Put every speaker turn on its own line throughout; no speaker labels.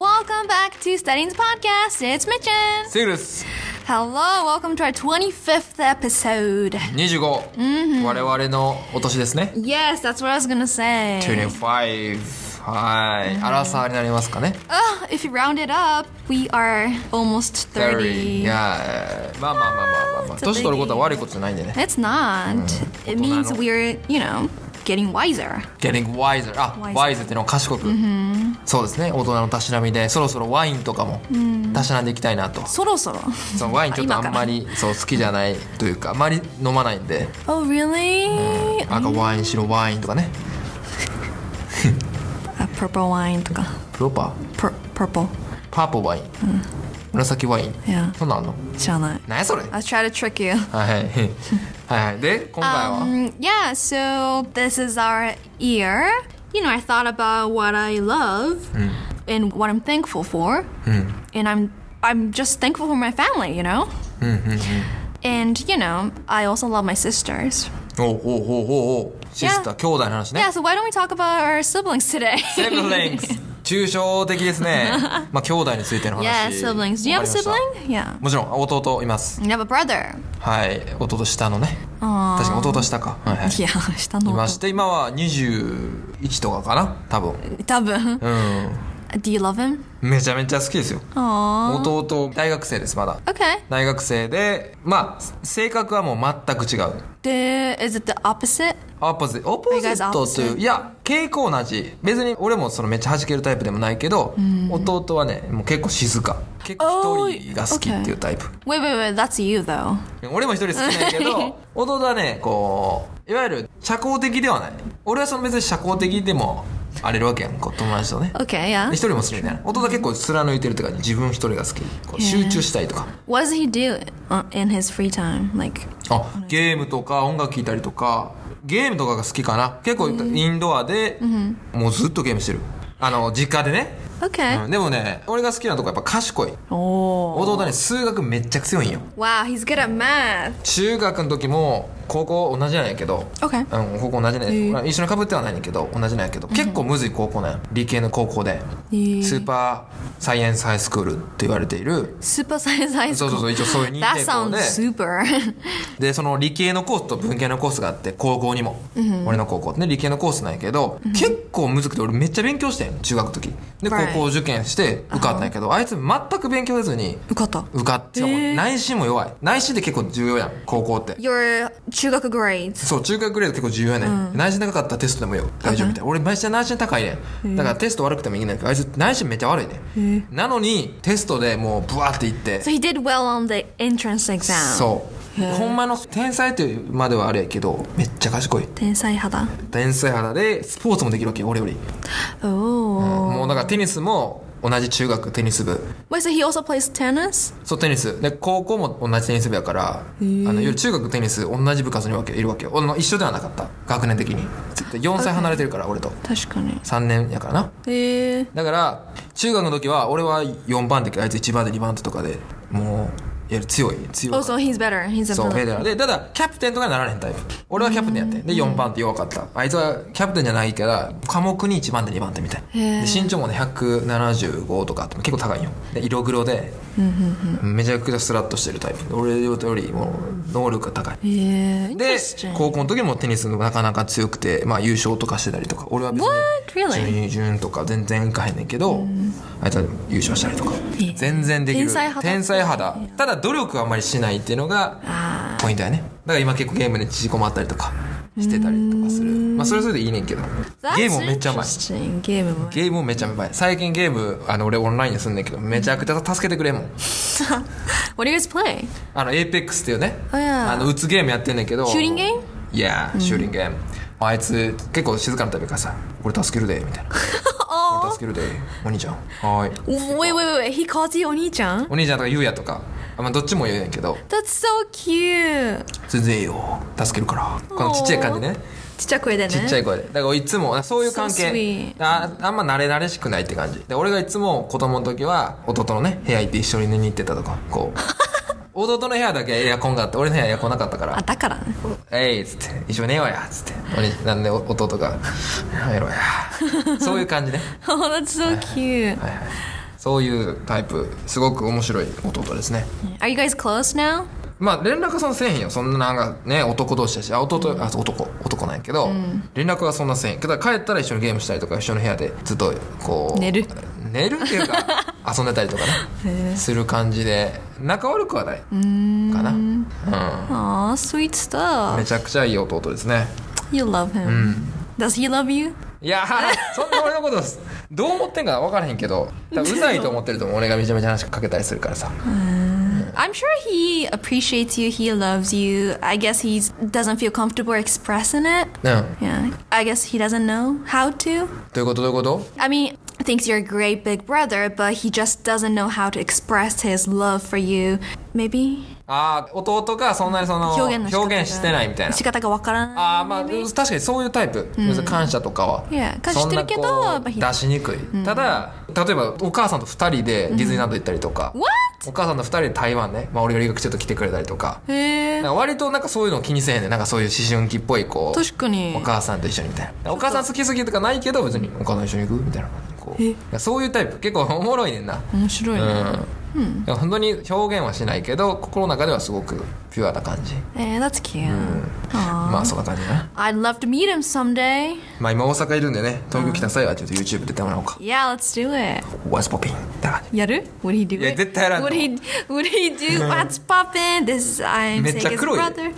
Welcome back to Studying's podcast. It's Mitchin.
セールス
Hello, welcome to our 25th episode.
25、我々のお年ですね
Yes, that's what I was gonna say.
25はい、アラサーになりますかね
Oh, if you round it up, we are almost 30.
いやまあまあまあまあまあ、まあ、
It's a
年取ることは悪いことじゃないんでね
It's not. It means we're, you know, getting wiser.
Getting wiser あ
Wiser
wise っていうのは賢く、そうですね大人のたしなみでそろそろワインとかもたしなんでいきたいなと、
そろそろ。
そのワインちょっと
あ今か
あ
ら
んまりそう好きじゃないというかあまり飲まないんで
Oh, really?
赤ワイン白ワインとかね
A purple wine とか。
プロパ
Pur- purple.
パーポワイン、紫ワイン、
いや
そんなんあんの
知らない。
何やそれ
I was trying to trick you.
はいはいはいはいで今回は、
Um, yeah, so this is our year. You know, I thought about what I love and what I'm thankful for. And I'm I'm just thankful for my family, you know? And, you know, I also love my sisters.
おうおうおうおうおうシスター兄弟の話ね
Yeah, so why don't we talk about our siblings today?
siblings 抽象的ですねまあ兄弟についての 話
yeah, siblings. Do you have a
わかりました
sibling? Yeah.
もちろん弟います
You have a brother.
はい弟下のね
あー
確かに弟下かは いはい
Yeah,
いまして今は21とかかな多分
下の弟。多分。Do you love him?
めちゃめちゃ好きですよ
Aww.
弟大学生ですまだ
Okay.
大学生でまあ性格はもう全く違う
Do, is it the opposite?
アポゼオポジットと
Are
い
you guys opposite?
ういや傾向同じ別に俺もそのめっちゃ弾けるタイプでもないけど、弟はねもう結構静か結構一人が好きっていうタイプ、
Wait, wait, wait. That's you, though.
俺も一人好きなんやけど 弟はねこういわゆる社交的ではない俺はその別に社交的でも荒れるわけやんこう友達とね
Okay,
で
yeah.
一人も好きみたいな弟は結構貫いてるって感じ自分一人が好きこう集中したいとか
What does he do uh, in his free time? Like,
あゲームとか音楽聴いたりとかゲームとかが好きかな結構インドアで、もうずっとゲームしてるあの実家でね、
okay.
うんでもね俺が好きなとこやっぱ賢い
Oh.
弟ね数学めっちゃ強いんよ
Wow, he's good at math.
中学の時も高校同じなんやけど
Okay.
うん、高校同じね、一緒にかぶってはないねんけど同じなんやけど結構むずい高校なんや理系の高校で、
ー
スーパーサイエンスハイスクールって言われている
Super science high
そう
school.
そうそう一応そういう認
That
定校
sounds
で
super.
でその理系のコースと文系のコースがあって高校にも、俺の高校ね理系のコースなんやけど、結構むずくて俺めっちゃ勉強してん中学の時で
Right.
高校受験して受かったんやけどあいつ全く勉強せずに
受かった。
受かって、しかも内心も弱い内心って結構重要やん高校って
Your 中学 grades.
そう中学グレード結構重要やねん、内心高かったらテストでもよ大丈夫みたいな俺毎日内心高いねんだからテスト悪くてもいいねんけどあいつ内心めっちゃ悪いねんなのにテストでもうブワーっていって
So he did well on the entrance exam.
そうほんまの天才というまではあれやけどめっちゃ賢い
天才肌。
天才肌でスポーツもできるわけよ俺より
Oh.
もうだからテニスも同じ中学テニス部
Wait, so he also plays tennis?
そうテニスで高校も同じテニス部やからあのいわゆる中学テニス同じ部活にわけいるわけよあの一緒ではなかった学年的に絶対4歳離れてるから俺と
確かに。
3年やからな
えー。
だから中学の時は俺は4番手あいつ1番手2番手とかでもういわゆる強い強い
Oh, so he's better. He's a
そう、フ
villain.
ェデラーで、ただ、キャプテンとかになられへんタイプ。俺はキャプテンやってん。で、4番手弱かった。あいつはキャプテンじゃないから、科目に1番手、2番手みたいな。で、身長もね、175とかあって、結構高いんよ。で、色黒で、めちゃくちゃスラッとしてるタイプ。俺よりも、能力が高い。
Yeah.
で
Interesting.、
高校の時もテニスがなかなか強くて、まあ優勝とかしてたりとか、俺は別
What?
に
Really?
準準とか全然いかへんねんけど、あいつは優勝したりとか
え、
全然できる。
天才肌
天才肌。ただ努力はあんまりしないっていうのがポイントやね。だから今結構ゲームで縮こまったりとかしてたりとかする。まあそれはそれでいいねんけど。
That's
ゲームもめっちゃうまい。
interesting. ゲームも。
ゲームもめっちゃうまい。最近ゲーム、あの俺オンラインですんねんけど、めちゃくちゃ助けてくれんもん。
What do you guys play?
あの、エイペックスっていうね、
Oh, yeah.
あの、打つゲームやってんねんけど。
シューティングゲーム
いや、シューティングゲーム。あいつ、結構静かなタイプやからさ、俺助けるで、みたい な。俺助けるで、お兄ちゃん。はーい。
Wait, wait, wait, wait. He calls you お兄ちゃん
お兄ちゃんとかゆうやとか、あまあ、どっちも言うねんけど、
?That's so cute.
全然いいよ。助けるから。このちっちゃい感じね。
ちっちゃい声でね。
ちっちゃい声で。だからいつも、そういう関
So
係
sweet。
ああんま慣れ慣れしくないって感じ。で、俺がいつも子供の時は、弟のね、部屋行って一緒に寝に行ってたとか、こう。 弟の部屋だけエアコンがあって、俺の部屋エアコンなかったから
あ、。だから ね。
えいっつって一緒に寝ようやっつっておになんでお弟が「やめろや」そういう感じね
Oh, that's so cute.
はいはいそういうタイプすごく面白い弟ですね
Are you guys close now?
まあ連絡はそんなせえへんよそんななんかね男同士だしあ弟あ男男なんやけど、連絡はそんなせえへんけど帰ったら一緒にゲームしたりとか一緒の部屋でずっとこう
寝る
寝るっていうか遊んでたりとかねする感じで仲悪くはないかなうん、
Aw, sweet stuff.
めちゃくちゃいい弟ですね
You love him. Does he love you?
いやーそんな俺のことどう思ってんか分からへんけど多分うざいと思ってると 思う俺がめちゃめちゃ話しかけたりするからさ
I'm sure he appreciates you. He loves you. I guess he doesn't feel comfortable expressing it.
うん
Yeah. I guess he doesn't know how to.
どういうことどういうこと
I mean, thinks you're a great big brother, but he just doesn't know how to express his love for you. Maybe
ああ弟がそんなにその
表現の仕方が
表現してないみたいな
仕方がわからない。
ああまあ確かにそういうタイプ、別に感謝とかはい
や感謝してるけど
Ah, そんなこう
やっぱひ
出しにくい、ただ例えばお母さんと2人でディズニーランド行ったりとか、
What?
お母さんと2人で台湾ね、まあ、俺が留学ちょっと来てくれたりとか
へえ。
なんか割となんかそういうの気にせえへんねんなんかそういう思春期っぽいこう
確かに
お。母さんと一緒にみたいなお母さん好きすぎとかないけど別にお母さん一緒に行くみたいなこう
え
いやそういうタイプ結構おもろいねんな
面白いね。
うん、いや本当に表現はしないけど心の中ではすごくピュアな感じ
えー、that's Eh, cute.
まあそんな感じだな
I'd love to meet him someday.
まあ今大阪いるんでね東京来た際はちょっと YouTube 出てもらおうか
Yeah, let's do it.
ワイスポピンって感じ
やる Would he do it?
いや絶対やらんと
Would
思
he,
う
would he do what's poppin'? This is I'm
めっちゃ
Sega's
黒い
brother.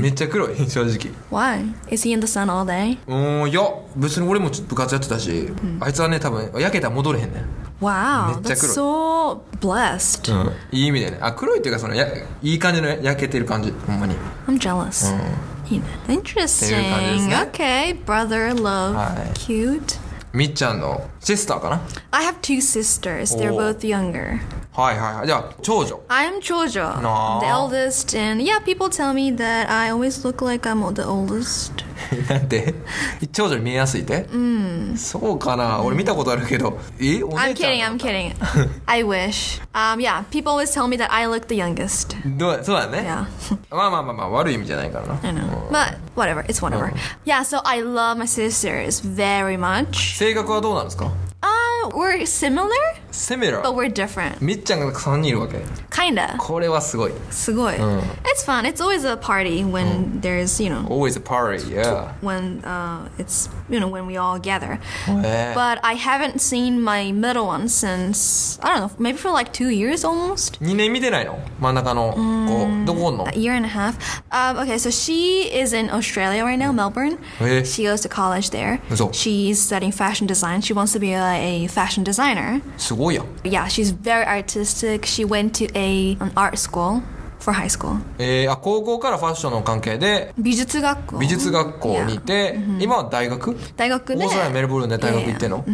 めっちゃ黒い正直
Why? Is he in the sun all day?
うんいや別に俺もちょっと部活やってたし、あいつはね多分焼けたら戻れへんねん、
Wow,
めっちゃ
that's
黒い
so blessed.
いい意味でねあ黒いっていうかそのやいい感じの焼けてる感じほんまに
I'm jealous. いいね Interesting.
っていう感じですね。
Okay, brother love.
はい。
Cute.
みっちゃんのシスターかな
I have two sisters. They're
お
both
ー。
younger.
はいはいはいじゃあ長女
I'm Chojo,
No.
the eldest, and yeah, people tell me that I always look like I'm the oldest.
なんて長女に見えやすいってうんそうかな俺見たことあるけどえお
I'm
姉ちゃん
kidding, I'm kidding. I wish. Um, yeah, people always tell me that I look the youngest.
どうそうだね
Yeah.
まあまあまあまあ悪い意味じゃないからな
I know. But whatever, it's whatever. Yeah, so I love my sisters very much.
性格はどうなんですか
Um, we're similar,
セメラ
but we're different.
みっちゃんが3人いるわけ
Kinda.
これはすごい
すごい. It's fun. It's always a party when there's, you know,
Always a party yeah
when uh, it's, you know, when we all gather.
えー
But I haven't seen my middle one since, I don't know, maybe for like two years almost.
2年見てないの真ん中の子どこおんの
A year and a half. Um, okay, so she is in Australia right now, Melbourne.
Eh.
She goes to college there.
嘘。
She's studying fashion design. She wants to be a, a fashion designer.
すごいやん
Yeah, she's very artistic. She went to a an art school for high school.
えーあ高校からファッションの関係で
美術学校。
美術学校にいて今は大学オーストラリアメルボルンで大学行ってんの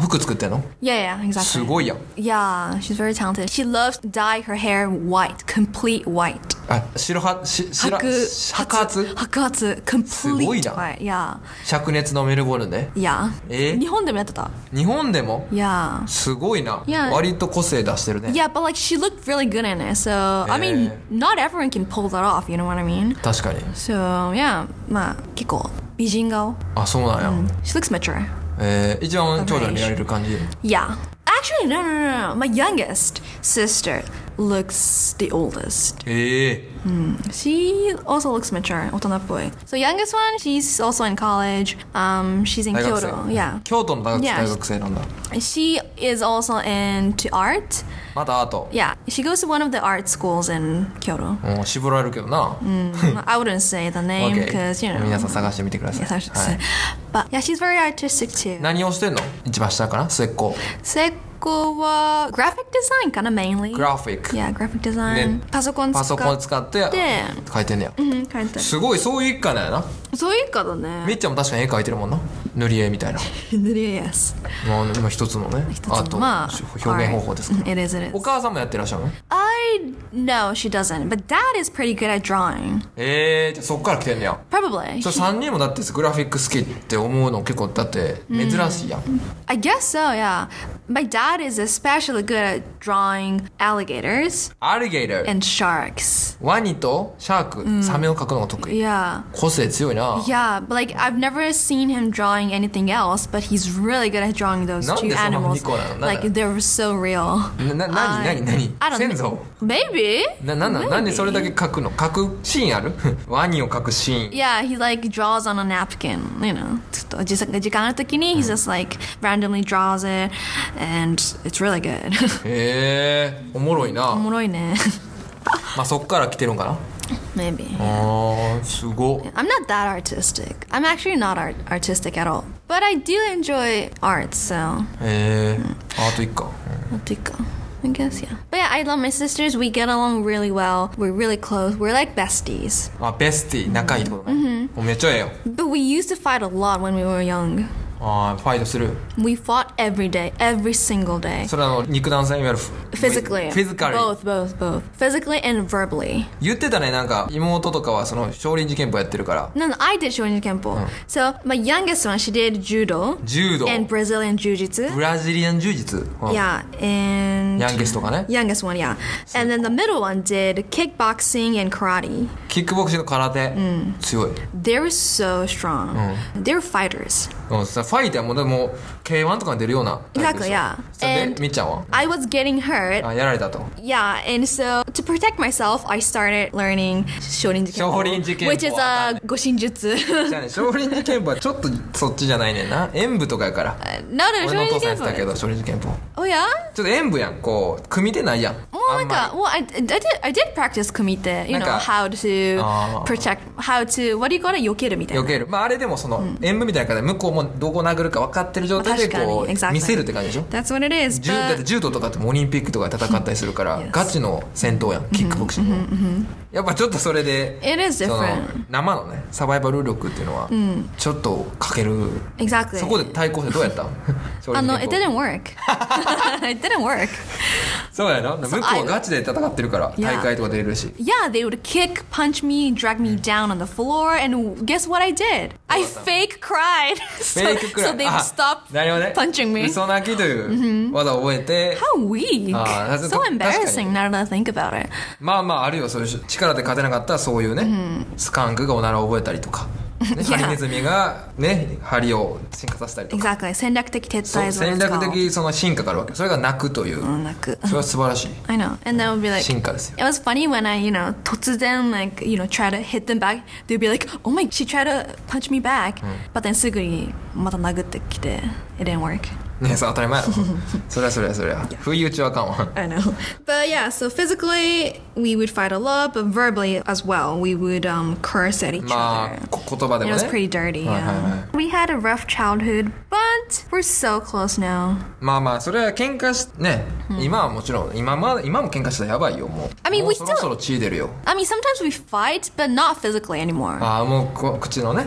服作ってんの
Yeah, yeah, exactly.
すごいやん
Yeah, she's very talented. She loves to dye her hair white, complete white.
あ白はし白白
白
髪
白髪
すごいじゃん。
complete white. Yeah,
灼熱のメルボルンで
yeah.
え？
日本でもやってた。
日本でも
Yeah.
すごいない
や
割と個性出してるね
Yeah, but like she looked really good in it. So, I mean,
Eh.
not everyone can pull that off, you know what I mean?
確かに
So, yeah, まあ、結構美人顔。
あそうなんや、
She looks mature.
えー一番長女に見られる感じ
Yeah. Actually, no, no, no, no. My youngest sister looks the oldest.
ええ
She also looks mature, 大人っぽい. So youngest one, she's also in college. Um, she's in
大学
Kyoto.
生
Yeah.
京都の大学
Yeah.
大学生なんだ
She is also into art.
またアート
Yeah. She goes to one of the art schools in Kyoto. Mm,
うん絞られるけどな、
I wouldn't say the name
OK
because you know.
皆さん探してみてください
Yes, I should
は
say.
い
But yeah, she's very artistic too.
何をしてんの一番下かな末っ子
成功は graphic design かな mainly.
グラフィック、
yeah, graphic design.
ね
パソコン使
パ
っ
ソコ ン使って
で
書いてんねや
うん、書いて
すごいそういう一家なんやな
Mm-hmm, そういうかだね。
みっちゃんも確かに絵描いてるもんな塗り絵みたいな
塗り絵 yes。
もう今一つのね
一つ
アー
の
ト
まあ
表現方法ですから
art. It is, it is.
お母さんもやってらっしゃるの
I no, she doesn't. But dad is pretty good at drawing.
えー、じゃあそっから来てんねや
Probably.
それ3人もだってグラフィック好きって思うの結構だって珍しいやん、
I guess so, yeah. My dad is especially good at drawing alligators
アルゲイター
and sharks.
ワニとシャークサメを描くのが得意
Yeah.
個性強いな
Yeah, but like I've never seen him drawing anything else, but he's really good at drawing those
Not
two
this one,
animals.
Nicola, no.
Like they were so real.
なな何何何
I don't
先
know.
祖
Maybe.
ななんなんなんでそれだけ描くの描くシーンある ワニを描くシーン
Yeah, he like draws on a napkin, you know. ちょっと時間の時に
Uh-huh.
he just like randomly draws it and it's really good.
へえおもろいな、ま
おもろいね。
あ、そっから来てるんかな
Maybe.
あーすごっ
I'm not that artistic. I'm actually not art- artistic at all. But I do enjoy art, so
へえアート一家
I'll take a- I guess, yeah. But yeah, I love my sisters. We get along really well. We're really close. We're like besties.
あベスティ仲いいってことね、もうめっちゃええよ
But we used to fight a lot when we were young.
あーファイトする
We fought every day, every single day.
それはあの肉弾戦いわゆる
Physically.
フィジカル
Both, both, both. Physically and verbally.
言ってたねなんか妹とかはその少林寺拳法やってるから
No, no, I did Shonin Kempo. So my youngest one, she did Oh. judo
柔道
and Brazilian Jiu-Jitsu.
ブラジリアン柔術、うん
Yeah, and
ヤンゲスとかね
Oh. youngest one, eh? yeah. And then the middle one did kickboxing and karate.
キックボクシングと空手、強い、
They were so strong. They're fighters.
うん、さファイターもでも K1 とかに出るようなタイプでしょ
Exactly, yeah.
それ
And-
でみっちゃんは
I was getting hurt.
あやられたと
yeah, and so to protect myself, I started learning Shorinjikenpo,
Shorinjikenpo.
which is a Goshinjutsu.
じゃあね少林寺拳法はちょっとそっちじゃないねんな演武とかやから
no, no,
俺のお父さんやってたけ
Shorinjikenpo.
ど少林寺拳法
Oh yeah.
ちょっと演武やんこう組み手ないやん
Well,
あん
like
ま
a, well, I, I did I did practice kumite, you know
なんか-
how to
あー。
protect, how to what do you call it, 避けるみたいな。
り避けるまああれでもその演武みたいな感じで向こうもどこ殴るか分かってる状態でこ
確かに
う
exactly
見せるって感じでしょ
That's what it is.
柔だっ
But
て柔道とかってもうオリンピックとかで戦ったりするから
Yes
ガチの戦闘やんキックボクシングはやっぱちょっとそれで
It is
その
different
生のねサバイバル力っていうのはちょっと欠ける
exactly.
そこで対抗してどうやった 少
あ
林
の、Uh,
寺
it
拳法
didn't work. it didn't work.
そうやな向こうはガチで戦ってるから大会とか出れるし
Yeah, they would kick, punch me, drag me down on the floor, and guess what I did? I fake cried. Ah.
フ
so,
ェイククラ
So they
あ
stopped
なるほどね
punching me.
嘘泣きという技を覚えて
How weak.
あー、that's-
so
確かに。
embarrassing now that I think about it.
まあまああるよそういう力で勝てなかったらそういうねスカンクがおならを覚えたりとかねハリネズミがね針を進化させたりとか
Exactly.
そう戦略的その進化があるわけそれが泣くというそれは素晴らしい
Oh, I know. And then would be like,
進化ですよ
It was funny when I, you know, 突然, like, you know, try to hit them back. They'd be like, oh my, she tried to punch me back. But then すぐにまた殴ってきて, it didn't work.
ねそう当たり 前やろそれはそれはそれは不意打ちはあかんわ
I know. But yeah, so physically, we would fight a lot, but verbally as well. We would um, curse at each
ま
other.
あこ言葉で
It
も
was
ね
pretty dirty.
はい
Yeah. We had a rough childhood, but we're so close now.
まあまあそれは喧嘩しね今はもちろん今ま今も喧嘩したらやばいよもう
I mean,
もう
we
そろそろ血出るよ
I mean, sometimes we fight, but not physically anymore.
ああもうこ口のね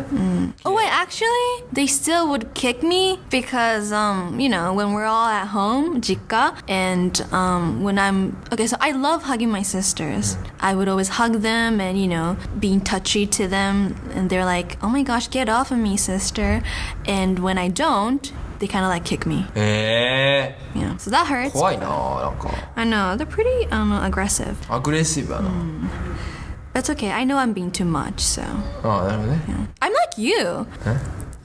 Oh wait, actually, they still would kick me because um, you know, when we're all at home, jikka, and um, when I'm okay, so I love hugging my sisters. I would always hug them and you know, being touchy to them, and they're like, "Oh my gosh, get off of me, sister!" And when I don't, they kind of like kick me.
ええ
Yeah, so that hurts.
怖いななんか
I know they're pretty um aggressive.
アグレッシブやな、
That's okay. I know I'm being too much, so.
ああなるほどね
I'm like you.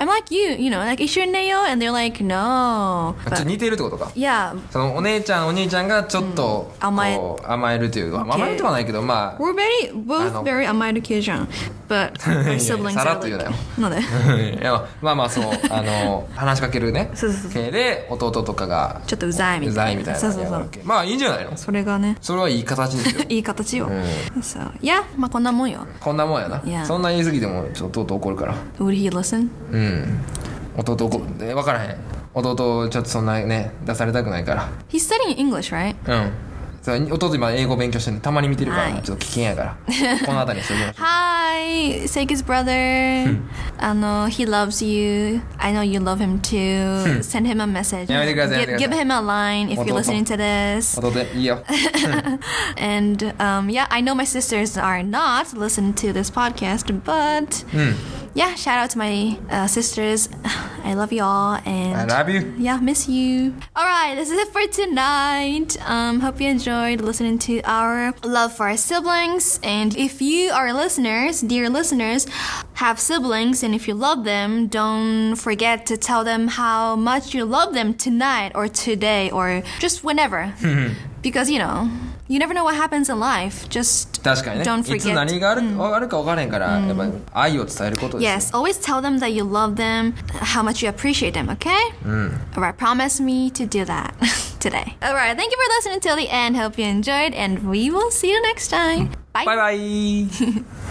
I'm like you, you know, like Ishirineo, and they're like, no.
あちょっと
But,
似てるってことか
yeah,
そのお姉ちゃんお兄ちゃんがちょっと、
うん甘え
こう甘えるというか、まあ甘えるとはないけどま
we're very, both
know.
very amide occasion, but my siblings are
Sarap
like,
you know.
no,
あ いやまあまあそうあの話しかけるね
そうそうそう
系で弟とかが
ちょっとうざいみたいな
うざいみたいな
そうそうそう
やるわけまあいいんじゃない のそれはいい形です
それ
よ Hmm.
がね、いい形よ。So, yeah, まあこんなもんよ。
こんなもんやない
や
そんな言い過ぎてもちょっと弟怒るから
Would he listen?
うん弟怒え分からへん弟ちょっとそんなね出されたくないか
He's studying English, right?
らうんそう弟今英語勉強してるのたまに見てるから、
はい
ちょっと危険やからこの辺りにしておきましょう
Hi, Seiki's brother.
Hmm.
あの、he loves you. I know you love him
Hmm.
too. Send him a message.
やめてください、
Give,
やめてください。
give him a line if you're
弟。
listening to this.
弟いいよ
And um, yeah, I know my sisters are not
Hmm.
listening to this podcast, but yeah, shout out to my uh, sisters I love you all and
I love you.
Yeah, miss you. All right, this is it for tonight. Um, hope you enjoyed listening to our love for our siblings. And if you are listeners, dear listeners, have siblings, and if you love them, don't forget to tell them how much you love them tonight or today or just whenever,
Hmm.
because you know you never know what happens in life. Just
確かにね
don't
いつ
forget.
何がある,、あるか分からへんから、やっぱり愛を伝えることですよ
Yes, always tell them that you love them, how much you appreciate them, okay? All right, promise me to do that today. All right, thank you for listening till the end. Hope you enjoyed, and we will see you next time. Bye.
バイバイ